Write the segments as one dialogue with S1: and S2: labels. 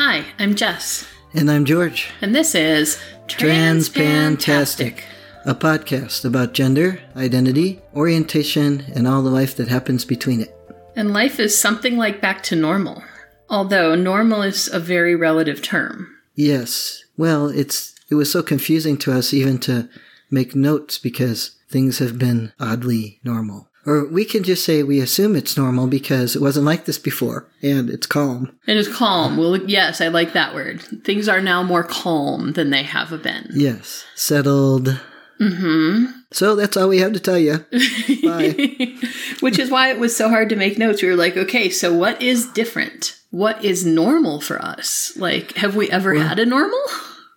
S1: I'm Jess,
S2: And I'm George.
S1: and this is
S2: Transpantastic, a podcast about gender, identity, orientation, and all the life that happens between it.
S1: And life is something like back to normal, although normal is a very relative term.
S2: Yes. Well, it's it was so confusing to us even to make notes because things have been oddly normal. Or we can just say we assume it's normal because it wasn't like this before and it's calm.
S1: It is calm. Well, yes, I like that word. Things are now more calm than they have been.
S2: Yes. Settled.
S1: hmm
S2: So that's all we have to tell you.
S1: Which is why it was so hard to make notes. We were like, okay, so what is different? What is normal for us? Like, have we ever had a normal?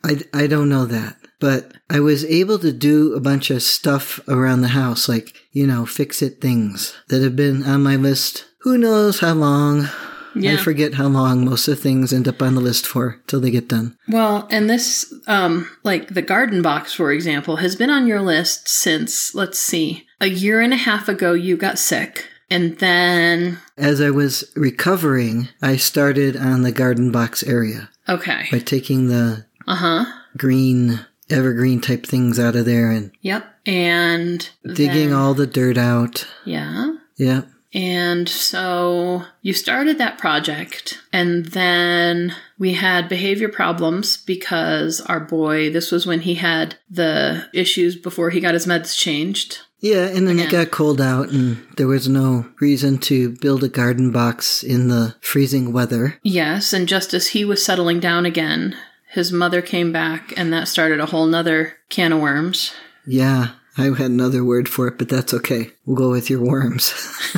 S2: I, I don't know that, but I was able to do a bunch of stuff around the house, like, you know, fix it things that have been on my list. Who knows how long? I
S1: Yeah.
S2: forget how long most of the things end up on the list for till they get done.
S1: Well, and this, um, like the garden box, for example, has been on your list since, let's see, a year and a half ago you got sick. And then,
S2: As I was recovering, I started on the garden box area
S1: okay.
S2: by taking the
S1: Uh huh.
S2: green, evergreen type things out of there and
S1: Yep. And
S2: digging
S1: then-
S2: all the dirt out.
S1: Yeah.
S2: Yeah.
S1: And so you started that project, and then we had behavior problems because our boy, this was when he had the issues before he got his meds changed.
S2: Yeah, and then it got cold out, and there was no reason to build a garden box in the freezing weather.
S1: Yes, and just as he was settling down again, his mother came back, and that started a whole nother can of worms.
S2: Yeah, I had another word for it, but that's okay. We'll go with your worms.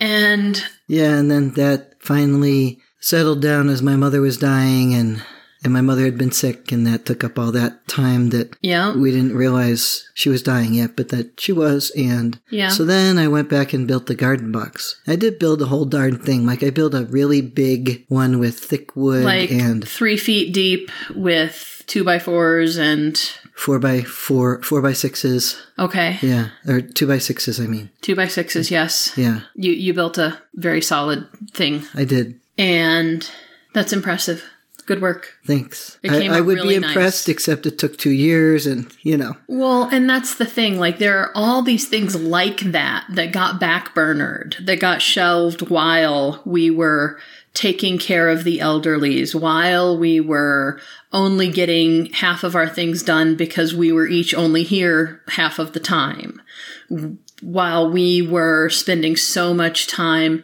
S1: And
S2: yeah, and then that finally settled down as my mother was dying, and and my mother had been sick, and that took up all that time that
S1: yeah,
S2: we didn't realize she was dying yet, but that she was, and
S1: Yeah.
S2: So then I went back and built the garden box. I did build a whole darn thing. Like I built a really big one with thick wood
S1: like
S2: and
S1: three feet deep with two by fours and
S2: four by four four by sixes
S1: okay,
S2: yeah or two by sixes i mean
S1: two by sixes. Yes,
S2: yeah
S1: you you built a very solid thing,
S2: i did
S1: and that's impressive. Good work.
S2: thanks
S1: It
S2: I,
S1: came
S2: I
S1: out
S2: would
S1: really
S2: be impressed except it took two years and you know
S1: Well, and that's the thing. Like, there are all these things like that that got backburnered, that got shelved while we were taking care of the elderlies, while we were only getting half of our things done because we were each only here half of the time, while we were spending so much time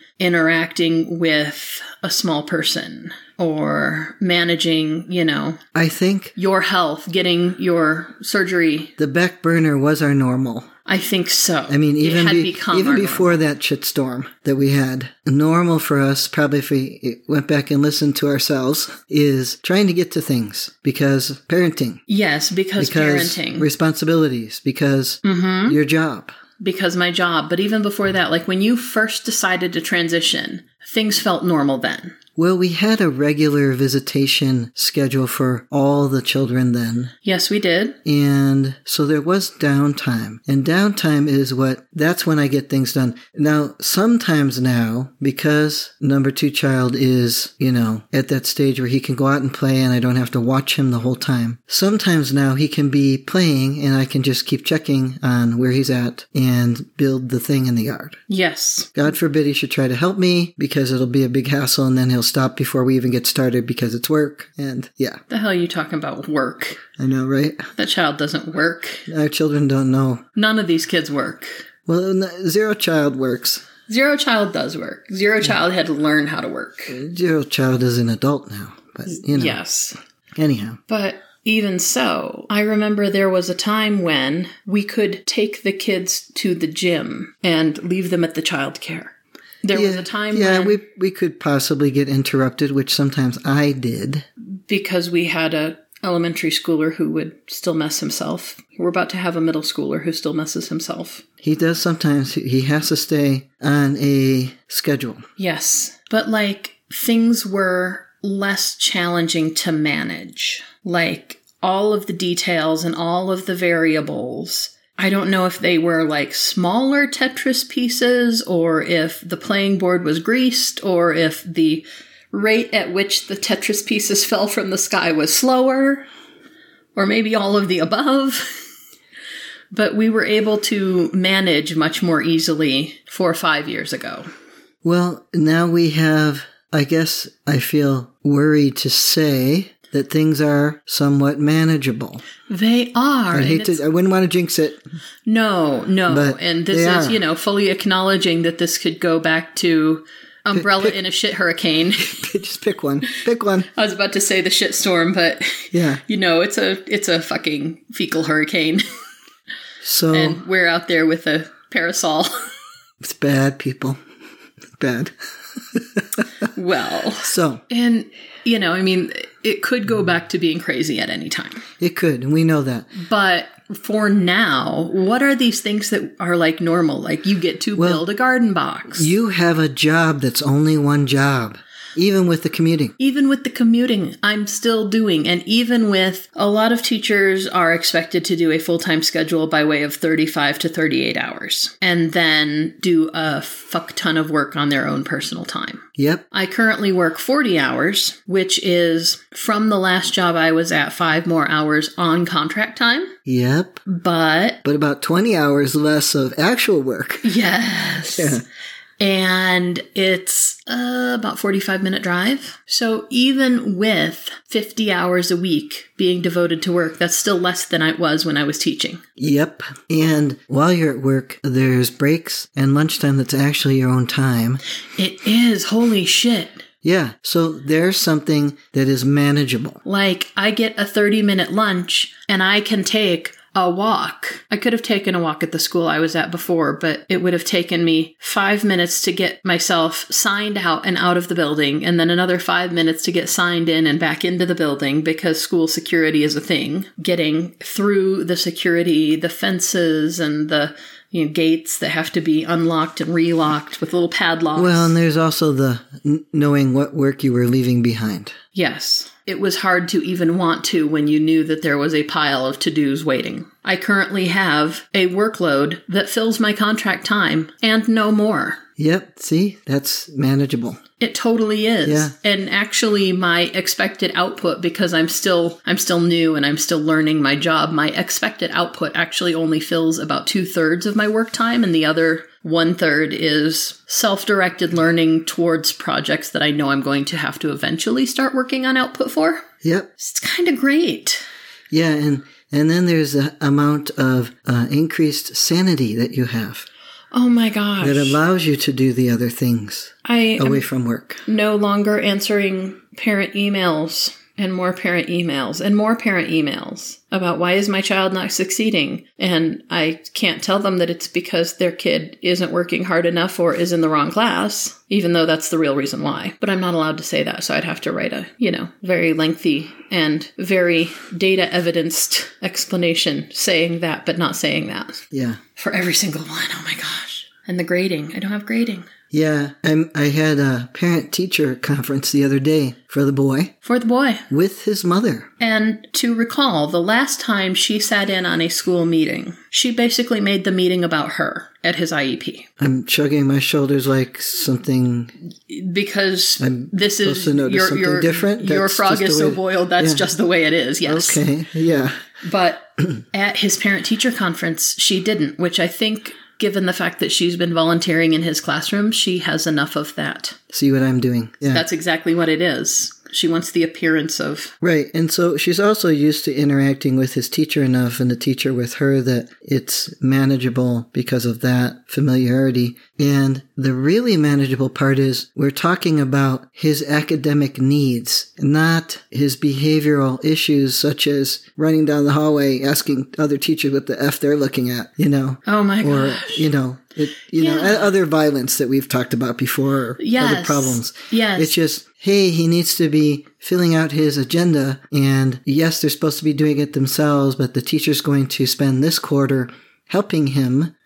S1: interacting with a small person or managing, you know,
S2: i think
S1: your health, getting your surgery
S2: the back burner was our normal
S1: I think so.
S2: i mean even,
S1: it had
S2: be-
S1: become
S2: even
S1: our
S2: before that shitstorm that we had normal for us probably if we went back and listened to ourselves is trying to get to things because parenting
S1: norm. yes, because,
S2: because
S1: parenting, Mm-hmm.
S2: responsibilities because your job
S1: because my job. But even before that, like when you first decided to transition, things felt normal then.
S2: Well, we had a regular visitation schedule for all the children then.
S1: Yes, we did.
S2: And so there was downtime. And downtime is what, that's when I get things done. Now, sometimes now, because number two child is, you know, at that stage where he can go out and play and I don't have to watch him the whole time. Sometimes now he can be playing and I can just keep checking on where he's at and build the thing in the yard.
S1: Yes,
S2: God forbid he should try to help me because it'll be a big hassle and then he'll stop before we even get started because it's work. And yeah,
S1: the hell are you talking about work?
S2: I know, right?
S1: That child doesn't work.
S2: Our children don't know.
S1: None of these kids work.
S2: Well, n- zero child works.
S1: Zero child does work. Zero child had to learn how to work.
S2: Zero child is an adult now. But, you know,
S1: Yes.
S2: anyhow,
S1: But even so, I remember there was a time when we could take the kids to the gym and leave them at the childcare. There was a time
S2: yeah,
S1: when,
S2: we, we could possibly get interrupted, which sometimes I did.
S1: because we had a elementary schooler who would still mess himself. We're about to have a middle schooler who still messes himself.
S2: He does sometimes, he- he has to stay on a schedule.
S1: Yes. But like things were less challenging to manage. Like all of the details and all of the variables I don't know if they were like smaller Tetris pieces or if the playing board was greased or if the rate at which the Tetris pieces fell from the sky was slower or maybe all of the above. but we were able to manage much more easily four or five years ago.
S2: Well, now we have, I guess I feel worried to say that things are somewhat manageable.
S1: They are.
S2: I
S1: and
S2: hate
S1: it's-
S2: to, I wouldn't want to jinx it.
S1: No, no.
S2: But
S1: and this
S2: they
S1: is,
S2: are.
S1: you know, fully acknowledging that this could go back to umbrella in a shit hurricane.
S2: Just pick one. Pick one.
S1: I was about to say the shit storm, but
S2: Yeah.
S1: you know, it's a it's a fucking fecal hurricane.
S2: Oh. So
S1: and we're out there with a parasol.
S2: it's bad, people. Bad.
S1: well,
S2: So
S1: and you know, I mean, it could go back to being crazy at any time.
S2: it could, and we know that.
S1: But for now, what are these things that are like normal? Like you get to build a garden box.
S2: You have a job that's only one job, even with the commuting.
S1: even with the commuting, I'm still doing, and even with a lot of teachers are expected to do a full time schedule by way of 35 to 38 hours and then do a fuck ton of work on their own personal time.
S2: Yep.
S1: I currently work 40 hours, which is from the last job I was at, five more hours on contract time.
S2: Yep.
S1: But
S2: But about 20 hours less of actual work.
S1: Yes.
S2: Yeah.
S1: And it's uh, about 45 minute drive. So even with 50 hours a week being devoted to work, that's still less than I was when I was teaching.
S2: Yep. And while you're at work, there's breaks and lunchtime that's actually your own time.
S1: It is holy shit.
S2: Yeah. So there's something that is manageable.
S1: Like I get a 30 minute lunch and I can take a walk. I could have taken a walk at the school I was at before, but it would have taken me five minutes to get myself signed out and out of the building, and then another five minutes to get signed in and back into the building because school security is a thing. Getting through the security, the fences, and the you know, gates that have to be unlocked and relocked with little padlocks.
S2: Well, and there's also the n- knowing what work you were leaving behind.
S1: Yes. It was hard to even want to when you knew that there was a pile of to dos waiting. I currently have a workload that fills my contract time and no more.
S2: Yep. See, that's manageable.
S1: It totally is.
S2: Yeah.
S1: And actually my expected output because I'm still I'm still new and I'm still learning my job, my expected output actually only fills about two thirds of my work time and the other one third is self directed learning towards projects that I know I'm going to have to eventually start working on output for.
S2: Yep.
S1: It's kind of great.
S2: Yeah. And, and then there's the amount of uh, increased sanity that you have
S1: Oh my gosh.
S2: that allows you to do the other things
S1: I am
S2: away from work.
S1: no longer answering parent emails and more parent emails and more parent emails about why is my child not succeeding? And I can't tell them that it's because their kid isn't working hard enough or is in the wrong class, even though that's the real reason why. But I'm not allowed to say that, so I'd have to write a, you know, very lengthy and very data evidenced explanation saying that but not saying that.
S2: Yeah.
S1: for every single one. Oh my gosh. And the grading. I don't have grading
S2: Yeah, I'm, I had a parent teacher conference the other day for the boy
S1: for the boy.
S2: with his mother.
S1: And to recall, the last time she sat in on a school meeting, she basically made the meeting about her at his E IEP
S2: I'm shrugging my shoulders like something.
S1: because
S2: I'm
S1: this is
S2: supposed to notice
S1: your,
S2: something
S1: your,
S2: different?
S1: your
S2: That's
S1: frog
S2: just
S1: is
S2: the
S1: so
S2: way-
S1: boiled. That's
S2: yeah.
S1: just the way it is. Yes.
S2: Okay, yeah.
S1: But at his parent teacher conference, she didn't, which I think, given the fact that she's been volunteering in his classroom, she has enough of that.
S2: See what I'm doing. Yeah.
S1: That's exactly what it is. She wants the appearance of
S2: right. And so she's also used to interacting with his teacher enough and the teacher with her that it's manageable because of that familiarity. And the really manageable part is we're talking about his academic needs, not his behavioral issues such as running down the hallway asking other teachers what the F they're looking at, you know.
S1: Oh my
S2: or
S1: god.
S2: you know, it, you know,
S1: Yeah.
S2: and other violence that we've talked about before, or other
S1: Yes.
S2: problems.
S1: Yes.
S2: It's just, hey, he needs to be filling out his agenda, and yes, they're supposed to be doing it themselves, but the teacher's going to spend this quarter helping him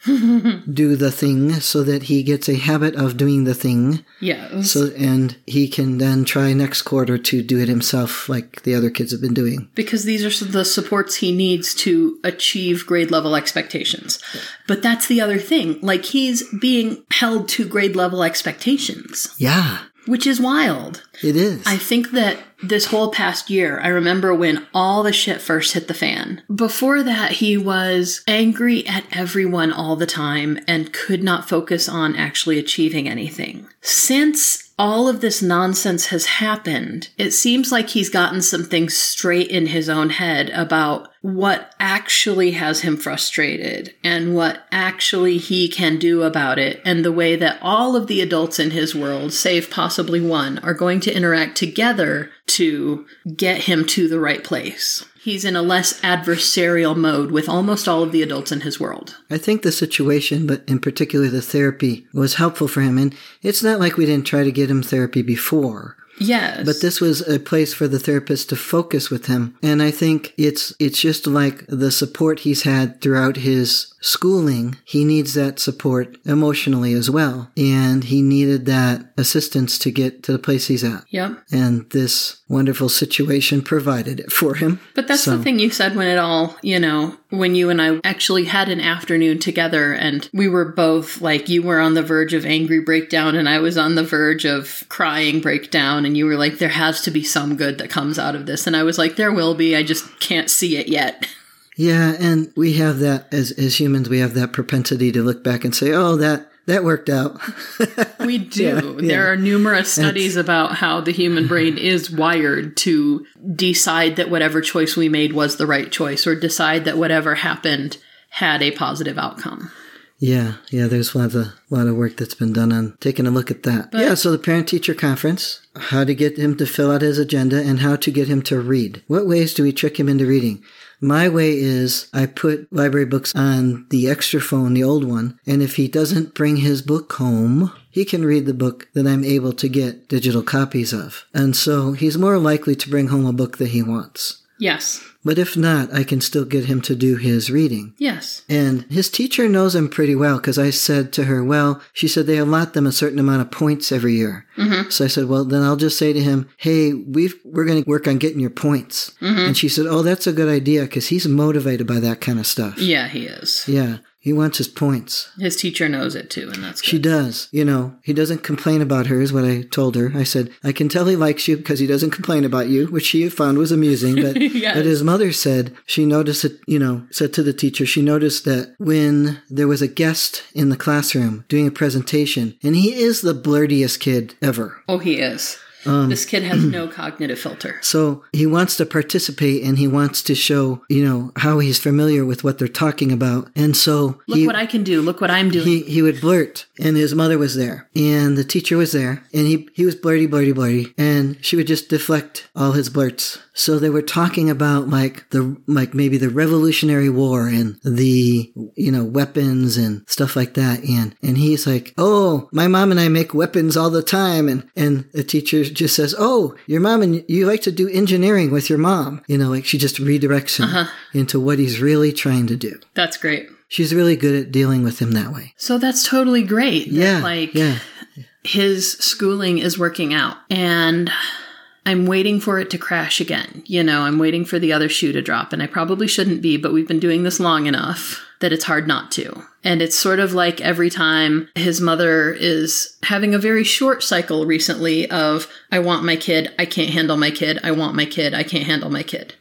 S2: do the thing so that he gets a habit of doing the thing.
S1: Yes.
S2: So, and he can then try next quarter to do it himself like the other kids have been doing.
S1: because these are some of the supports he needs to achieve grade level expectations. But that's the other thing. Like he's being held to grade level expectations,
S2: Yeah,
S1: which is wild.
S2: it is.
S1: I think that this whole past year, I remember when all the shit first hit the fan. Before that, he was angry at everyone all the time and could not focus on actually achieving anything. Since all of this nonsense has happened, it seems like he's gotten some things straight in his own head about what actually has him frustrated and what actually he can do about it, and the way that all of the adults in his world, save possibly one, are going to interact together to get him to the right place. He's in a less adversarial mode with almost all of the adults in his world.
S2: I think the situation, but in particular the therapy, was helpful for him. And it's not like we didn't try to get him therapy before.
S1: Yes.
S2: But this was a place for the therapist to focus with him. And I think it's it's just like the support he's had throughout his schooling. He needs that support emotionally as well. And he needed that assistance to get to the place he's at.
S1: Yep.
S2: And this wonderful situation provided it for him.
S1: But that's the thing you said when it all, you know, when you and I actually had an afternoon together and we were both like, you were on the verge of angry breakdown and I was on the verge of crying breakdown. And you were like, there has to be some good that comes out of this. And I was like, there will be. I just can't see it yet.
S2: Yeah, and we have that as as humans, we have that propensity to look back and say, "Oh, that that worked out."
S1: We do. There are numerous studies about how the human brain is wired to decide that whatever choice we made was the right choice or decide that whatever happened had a positive outcome.
S2: yeah, yeah. There's a lot of lot of work that's been done on taking a look at that. yeah. So the parent teacher conference, how to get him to fill out his agenda, and how to get him to read. What ways do we trick him into reading? My way is I put library books on the extra phone, the old one, and if he doesn't bring his book home, he can read the book that I'm able to get digital copies of. And so he's more likely to bring home a book that he wants.
S1: Yes.
S2: But if not, I can still get him to do his reading.
S1: Yes.
S2: And his teacher knows him pretty well because I said to her, Well, she said they allot them a certain amount of points every year. So I said, Well, then I'll just say to him, Hey, we've, we're going to work on getting your points. And she said, Oh, that's a good idea because he's motivated by that kind of stuff.
S1: Yeah, he is.
S2: Yeah, he wants his points.
S1: His teacher knows it too, and that's good.
S2: She does. You know, he doesn't complain about her, is what I told her. I said, I can tell he likes you because he doesn't complain about you, which she found was amusing. But,
S1: Yes.
S2: but his mother said she noticed it, you know, said to the teacher, she noticed that when there was a guest in the classroom doing a presentation, and he is the blurtiest kid ever.
S1: oh, he is.
S2: Um,
S1: this kid has no cognitive filter.
S2: So he wants to participate and he wants to show, you know, how he's familiar with what they're talking about. And so
S1: Look
S2: he,
S1: what I can do. Look what I'm doing.
S2: he he would blurt and his mother was there and the teacher was there and he he was blurty blurty blurty and she would just deflect all his blurts so they were talking about like the like maybe the revolutionary war and the you know weapons and stuff like that and and he's like oh my mom and i make weapons all the time and and the teacher just says oh your mom and you like to do engineering with your mom you know like she just redirects him into what he's really trying to do
S1: that's great.
S2: she's really good at dealing with him that way
S1: So that's totally great. that,
S2: yeah,
S1: like
S2: yeah,
S1: his schooling is working out, and I'm waiting for it to crash again. You know, I'm waiting for the other shoe to drop, and I probably shouldn't be, but we've been doing this long enough that it's hard not to. And it's sort of like every time his mother is having a very short cycle recently of, I want my kid, I can't handle my kid, I want my kid, I can't handle my kid.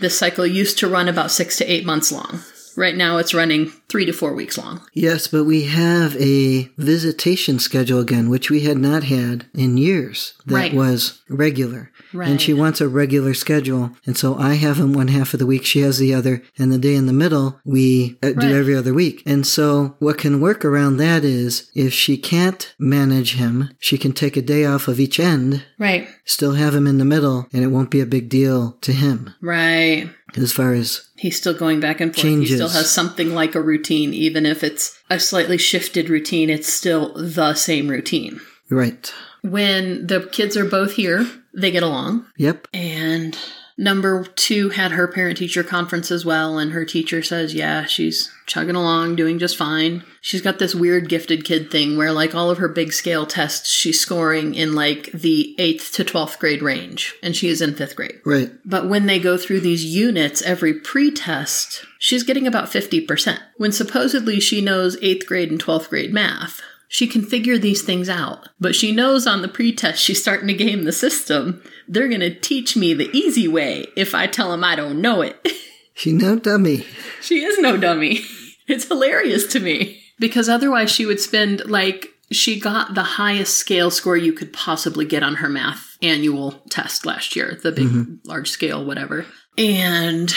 S1: This cycle used to run about six to eight months long. Right now it's running three to four weeks long.
S2: yes, but we have a visitation schedule again, which we had not had in years. That
S1: Right.
S2: was regular,
S1: Right.
S2: and she wants a regular schedule, and so I have him one half of the week, she has the other, and the day in the middle we uh,
S1: Right.
S2: do every other week. And so what can work around that is if she can't manage him, she can take a day off of each end.
S1: Right.
S2: Still have him in the middle, and it won't be a big deal to him
S1: Right.
S2: as far as
S1: He's still going back and forth. He
S2: Changes.
S1: still has something like a routine, even if it's a slightly shifted routine, it's still the same routine.
S2: right.
S1: When the kids are both here, they get along.
S2: Yep.
S1: And Number two had her parent teacher conference as well, and her teacher says, Yeah, she's chugging along, doing just fine. She's got this weird gifted kid thing where, like, all of her big scale tests, she's scoring in like the eighth to 12th grade range, and she is in fifth grade.
S2: Right.
S1: But when they go through these units every pretest, she's getting about 50%, when supposedly she knows 8th grade and 12th grade math. She can figure these things out, but she knows on the pretest she's starting to game the system. They're going to teach me the easy way if I tell them I don't know it.
S2: She no dummy.
S1: She is no dummy. It's hilarious to me. Because otherwise, she would spend like, she got the highest scale score you could possibly get on her math annual test last year, the big, large scale, whatever. And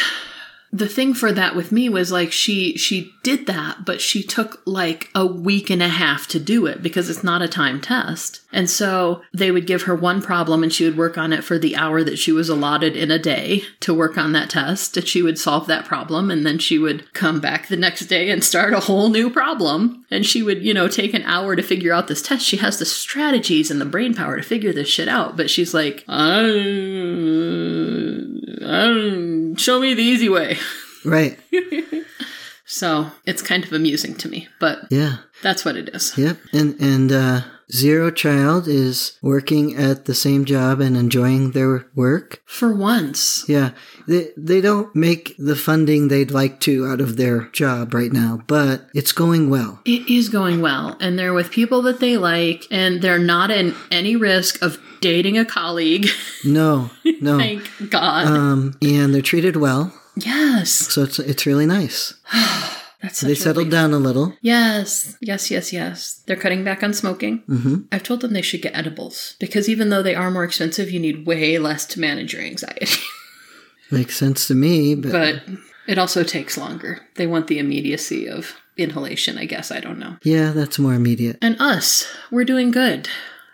S1: the thing for that with me was like she she did that but she took like a week and a half to do it because it's not a time test and so they would give her one problem and she would work on it for the hour that she was allotted in a day to work on that test and she would solve that problem and then she would come back the next day and start a whole new problem and she would you know take an hour to figure out this test she has the strategies and the brain power to figure this shit out but she's like "Uh, um, show me the easy way.
S2: Right.
S1: So it's kind of amusing to me, but
S2: Yeah.
S1: that's what it is.
S2: Yep. And and uh zero child is working at the same job and enjoying their work.
S1: For once,
S2: Yeah. They they don't make the funding they'd like to out of their job right now, but it's going well.
S1: it is going well, and they're with people that they like, and they're not in any risk of dating a colleague.
S2: No. No.
S1: Thank God.
S2: um and they're treated well.
S1: yes.
S2: So it's it's really nice.
S1: That's
S2: They
S1: such a
S2: settled
S1: relief.
S2: down a little.
S1: Yes, yes, yes, yes. They're cutting back on smoking.
S2: Mhm.
S1: I've told them they should get edibles because even though they are more expensive, you need way less to manage your anxiety.
S2: Makes sense to me, but,
S1: but it also takes longer. They want the immediacy of inhalation, I guess. I don't know.
S2: yeah, that's more immediate.
S1: And us, we're doing good.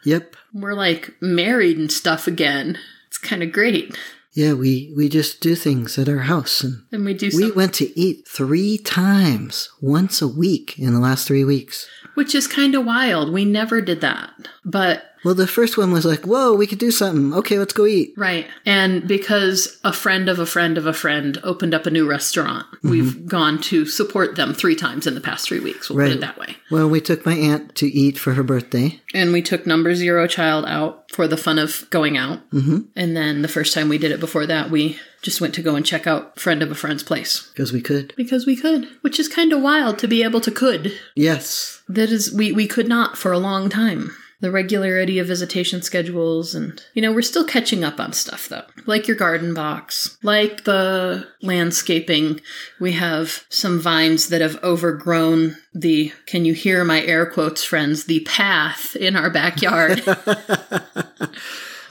S2: Yep.
S1: We're like married and stuff again. It's kind of great.
S2: Yeah, we we just do things at our house and
S1: And we do
S2: We
S1: some,
S2: went to eat three times, once a week in the last three weeks.
S1: which is kind of wild. We never did that. But
S2: Well, the first one was like, whoa, we could do something. Okay, let's go eat.
S1: Right. And because a friend of a friend of a friend opened up a new restaurant, we've gone to support them three times in the past three weeks. We'll put
S2: Right.
S1: it that way.
S2: Well, we took my aunt to eat for her birthday.
S1: And we took number zero child out for the fun of going out. Mm-hmm. And then the first time we did it before that, we just went to go and check out friend of a friend's place
S2: Because we could.
S1: because we could, which is kind of wild to be able to could.
S2: Yes.
S1: That is, we, we could not for a long time. The regularity of visitation schedules, and you know, we're still catching up on stuff though, like your garden box, like the landscaping. We have some vines that have overgrown the can you hear my air quotes, friends, the path in our backyard.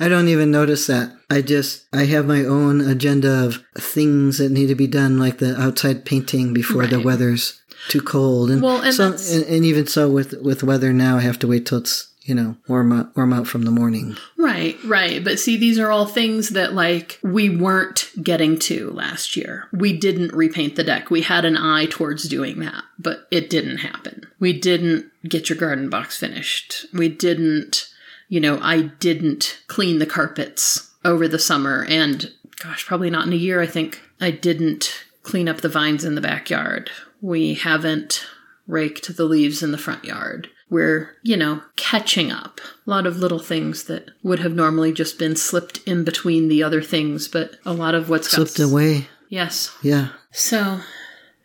S2: I don't even notice that. I just, I have my own agenda of things that need to be done, like the outside painting before the
S1: Right.
S2: weather's too cold. And,
S1: Well, and
S2: so,
S1: that's-
S2: and, and even so with, with weather now, I have to wait till it's, you know, warm up, warm out from the morning.
S1: Right, right. But see, these are all things that, like, we weren't getting to last year. We didn't repaint the deck. We had an eye towards doing that, but it didn't happen. We didn't get your garden box finished. We didn't, you know, I didn't clean the carpets over the summer. And gosh, probably not in a year, I think. I didn't clean up the vines in the backyard. We haven't raked the leaves in the front yard. We're, you know, catching up. A lot of little things that would have normally just been slipped in between the other things, but a lot of what's got-
S2: Slipped away.
S1: Yes.
S2: Yeah.
S1: So,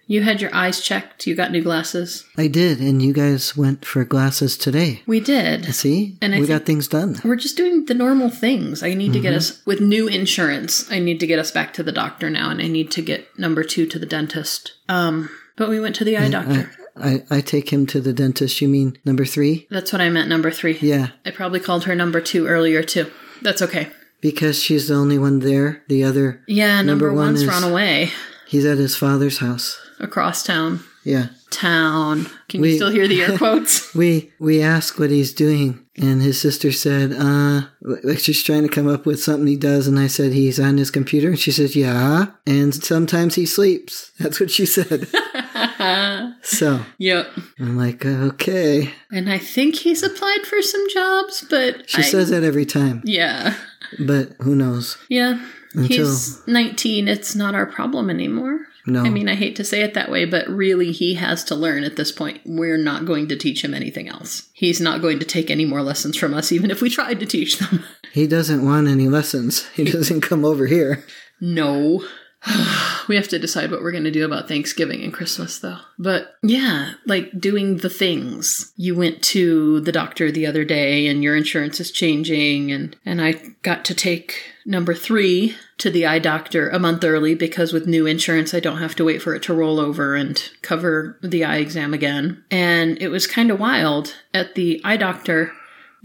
S1: you had your eyes checked. You got new glasses.
S2: I did. And you guys went for glasses today.
S1: We did.
S2: See,
S1: And I
S2: we got things done.
S1: We're just doing the normal things. I need to
S2: Mm-hmm.
S1: get us with new insurance. I need to get us back to the doctor now, and I need to get number two to the dentist. Um, but we went to the eye doctor.
S2: I, I take him to the dentist. You mean number three?
S1: That's what I meant. Number three.
S2: Yeah,
S1: I probably called her number two earlier too. That's okay.
S2: because she's the only one there. The other,
S1: Yeah, number,
S2: Number one
S1: one's
S2: is-
S1: run away
S2: he's at his father's house.
S1: across town.
S2: Yeah,
S1: Town. Can
S2: We-
S1: you still hear the air quotes?
S2: we we ask what he's doing, and his sister said, "Uh, like she's trying to come up with something he does." And I said, "He's on his computer." And she says, "Yeah," and sometimes he sleeps. That's what she said. so
S1: yep.
S2: I'm like, okay.
S1: And I think he's applied for some jobs, but
S2: She
S1: I-
S2: says that every time,
S1: Yeah.
S2: but who knows?
S1: Yeah.
S2: Until
S1: He's 19. It's not our problem anymore.
S2: no,
S1: I mean, I hate to say it that way, but really, he has to learn at this point. We're not going to teach him anything else. He's not going to take any more lessons from us, even if we tried to teach them.
S2: he doesn't want any lessons. He doesn't come over here.
S1: No. we have to decide what we're going to do about Thanksgiving and Christmas, though. But yeah, like doing the things. You went to the doctor the other day, and your insurance is changing, and and I got to take number three to the eye doctor a month early because with new insurance, I don't have to wait for it to roll over and cover the eye exam again. And it was kind of wild at the eye doctor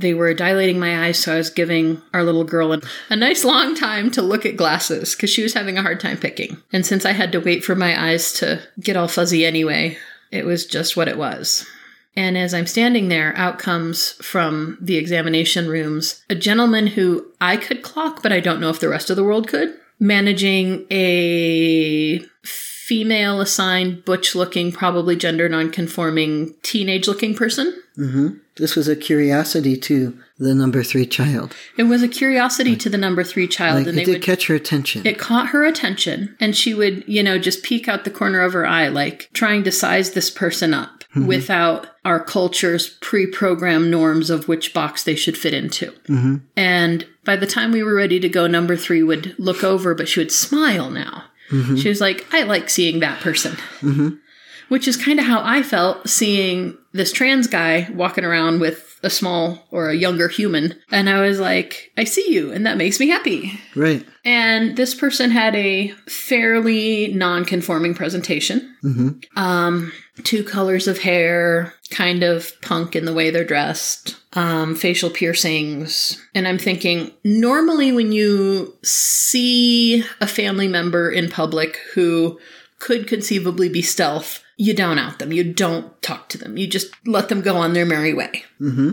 S1: they were dilating my eyes, so I was giving our little girl a, a nice long time to look at glasses because she was having a hard time picking. And since I had to wait for my eyes to get all fuzzy anyway, it was just what it was. And as I'm standing there, out comes from the examination rooms a gentleman who I could clock, but I don't know if the rest of the world could, managing a female assigned, butch looking, probably gender nonconforming, teenage looking person.
S2: hmm This was a curiosity to the number three child.
S1: It was a curiosity to the number three child,
S2: Like,
S1: and
S2: it
S1: they
S2: did
S1: would.
S2: catch her attention.
S1: it caught her attention, and she would, you know, just peek out the corner of her eye, like trying to size this person up without our culture's pre programmed norms of which box they should fit into.
S2: hmm
S1: And by the time we were ready to go, number three would look over, but she would smile now. She was like, I like seeing that person. Which is kind of how I felt seeing this trans guy walking around with a small or a younger human. And I was like, I see you, and that makes me happy.
S2: Right.
S1: And this person had a fairly non conforming presentation.
S2: hmm
S1: Um, two colors of hair, kind of punk in the way they're dressed, um, facial piercings. And I'm thinking, normally when you see a family member in public who could conceivably be stealth, you don't out them, you don't talk to them, you just let them go on their merry way.
S2: hmm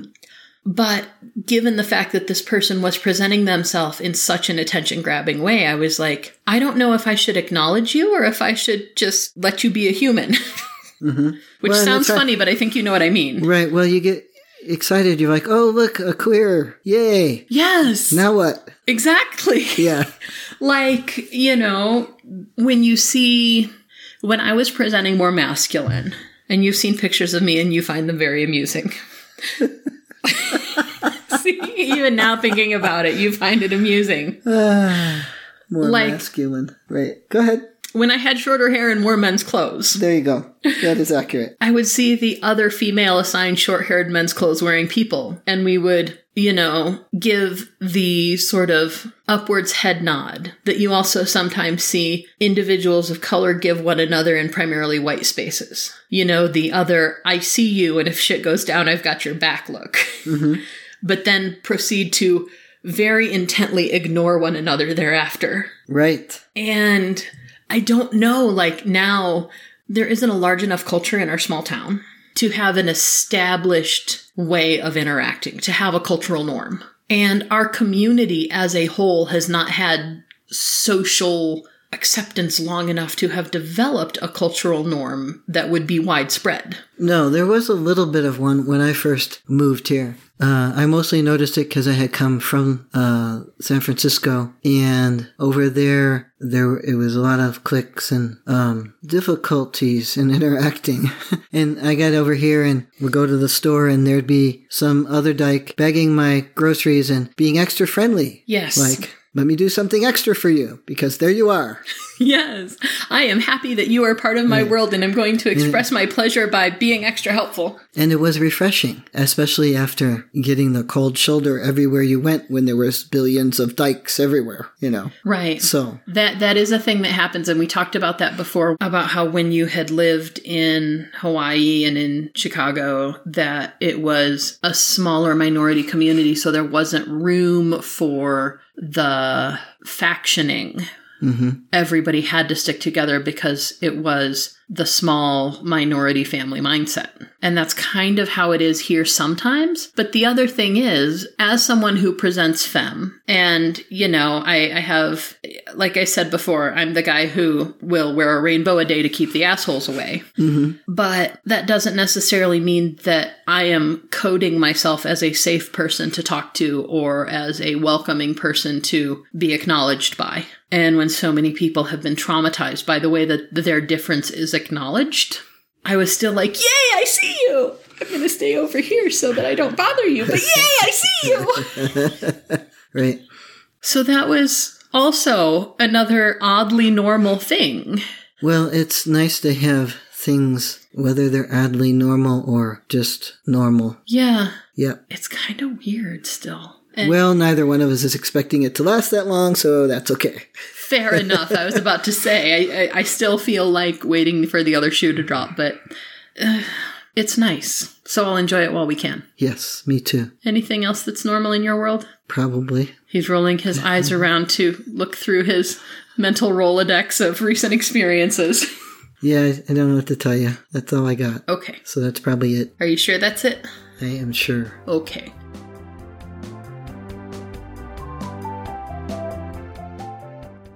S1: But given the fact that this person was presenting themselves in such an attention grabbing way, I was like, I don't know if I should acknowledge you or if I should just let you be a human. Which
S2: Mm-hmm. Well, and
S1: sounds
S2: it's not-
S1: funny, but I think you know what I mean.
S2: Right. Well, you get excited. You're like, oh, look, a queer. Yay.
S1: Yes,
S2: Now what?
S1: exactly.
S2: Yeah.
S1: like, you know, when you see, when I was presenting more masculine, and you've seen pictures of me and you find them very amusing. See, even now thinking about it, you find it amusing.
S2: Ah, more
S1: Like-
S2: masculine. Right. Go ahead.
S1: when I had shorter hair and wore men's clothes,
S2: There you go. That is accurate.
S1: I would see the other female assigned short haired men's clothes wearing people, and we would, you know, give the sort of upwards head nod that you also sometimes see individuals of color give one another in primarily white spaces. You know, the other, I see you, and if shit goes down, I've got your back look. but then proceed to very intently ignore one another thereafter.
S2: Right.
S1: And I don't know, like now there isn't a large enough culture in our small town to have an established way of interacting, to have a cultural norm. And our community as a whole has not had social acceptance long enough to have developed a cultural norm that would be widespread.
S2: No, there was a little bit of one when I first moved here. Uh, I mostly noticed it because I had come from uh, San Francisco, and over there, there it was a lot of cliques and um, difficulties in interacting. and I got over here and would go to the store, and there'd be some other dyke begging my groceries and being extra friendly.
S1: Yes.
S2: Like, let me do something extra for you because there you are.
S1: yes. I am happy that you are part of my world and I'm going to express my pleasure by being extra helpful.
S2: And it was refreshing, especially after getting the cold shoulder everywhere you went when there was billions of dykes everywhere, you know.
S1: Right.
S2: So,
S1: That that is a thing that happens, and we talked about that before about how when you had lived in Hawaii and in Chicago, that it was a smaller minority community, so there wasn't room for the factioning.
S2: hmm
S1: Everybody had to stick together because it was the small minority family mindset. And that's kind of how it is here sometimes. But the other thing is, as someone who presents femme, and, you know, I, I have, like I said before, I'm the guy who will wear a rainbow a day to keep the assholes away.
S2: Mm-hmm.
S1: But that doesn't necessarily mean that I am coding myself as a safe person to talk to or as a welcoming person to be acknowledged by. And when so many people have been traumatized by the way that their difference is acknowledged, I was still like, Yay, I see you! I'm going to stay over here so that I don't bother you, but yay, I see you!
S2: Right.
S1: So that was also another oddly normal thing.
S2: Well, it's nice to have things, whether they're oddly normal or just normal.
S1: Yeah,
S2: Yep.
S1: it's kind of weird still. And
S2: Well, neither one of us is expecting it to last that long, so that's okay.
S1: fair enough, I was about to say. I, I, I still feel like waiting for the other shoe to drop, but uh, it's nice. So I'll enjoy it while we can.
S2: Yes, me too.
S1: Anything else that's normal in your world?
S2: Probably.
S1: He's rolling his eyes around to look through his mental Rolodex of recent experiences.
S2: Yeah, I I don't know what to tell you. That's all I got.
S1: Okay.
S2: So that's probably it.
S1: Are you sure that's it?
S2: I am sure.
S1: Okay.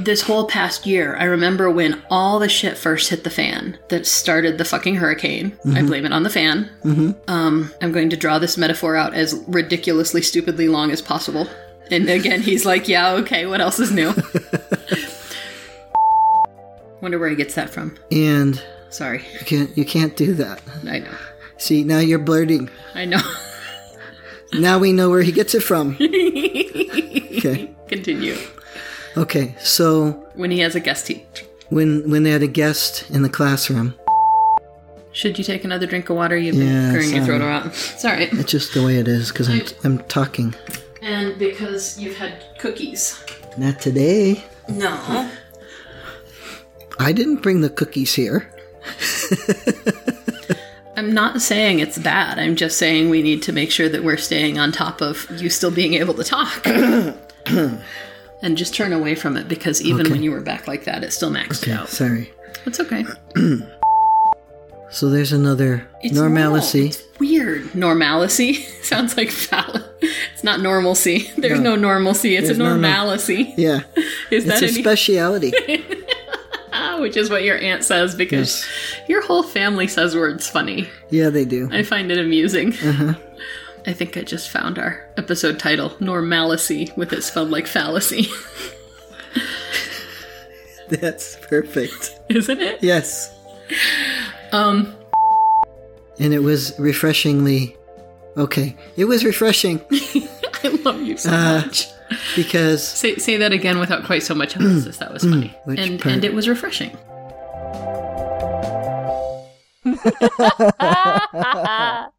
S1: This whole past year, I remember when all the shit first hit the fan that started the fucking hurricane. I blame it on the fan.
S2: Mm-hmm.
S1: Um, I'm going to draw this metaphor out as ridiculously stupidly long as possible. And again, he's like, yeah, okay, what else is new? Wonder where he gets that from.
S2: And
S1: Sorry.
S2: you can't you can't do that.
S1: I know.
S2: See, now you're blurting.
S1: I know.
S2: Now we know where he gets it from. okay.
S1: Continue.
S2: Okay. So
S1: When he has a guest teacher.
S2: when when they had a guest in the classroom,
S1: Should you take another drink of water? You've been
S2: Yeah,
S1: clearing your
S2: sorry.
S1: throat out. It's all right.
S2: it's just the way it is because I'm I'm talking.
S1: And because you've had cookies.
S2: Not today.
S1: No.
S2: I didn't bring the cookies here.
S1: I'm not saying it's bad. I'm just saying we need to make sure that we're staying on top of you still being able to talk. and just turn away from it because even when you were back like that, it still maxed
S2: Okay.
S1: out.
S2: Sorry.
S1: It's okay.
S2: So there's another
S1: It's
S2: normalcy.
S1: normal. It's weird. Normalcy sounds like foul. It's not normalcy. There's no, normalcy. It's a
S2: There's no nor-
S1: normalcy.
S2: Yeah.
S1: Is
S2: It's
S1: that
S2: a
S1: any?
S2: speciality.
S1: Ah, which is what your aunt says because your whole family says words funny.
S2: yeah, they do.
S1: I find it amusing. I think I just found our episode title, Normalcy, with it spelled like fallacy,
S2: That's perfect.
S1: isn't it?
S2: Yes.
S1: Um,
S2: And it was refreshingly okay. It was refreshing
S1: I love you so
S2: Uh,
S1: much.
S2: because
S1: Say, say that again without quite so much emphasis. That was funny.
S2: which
S1: And,
S2: part?
S1: and it was refreshing.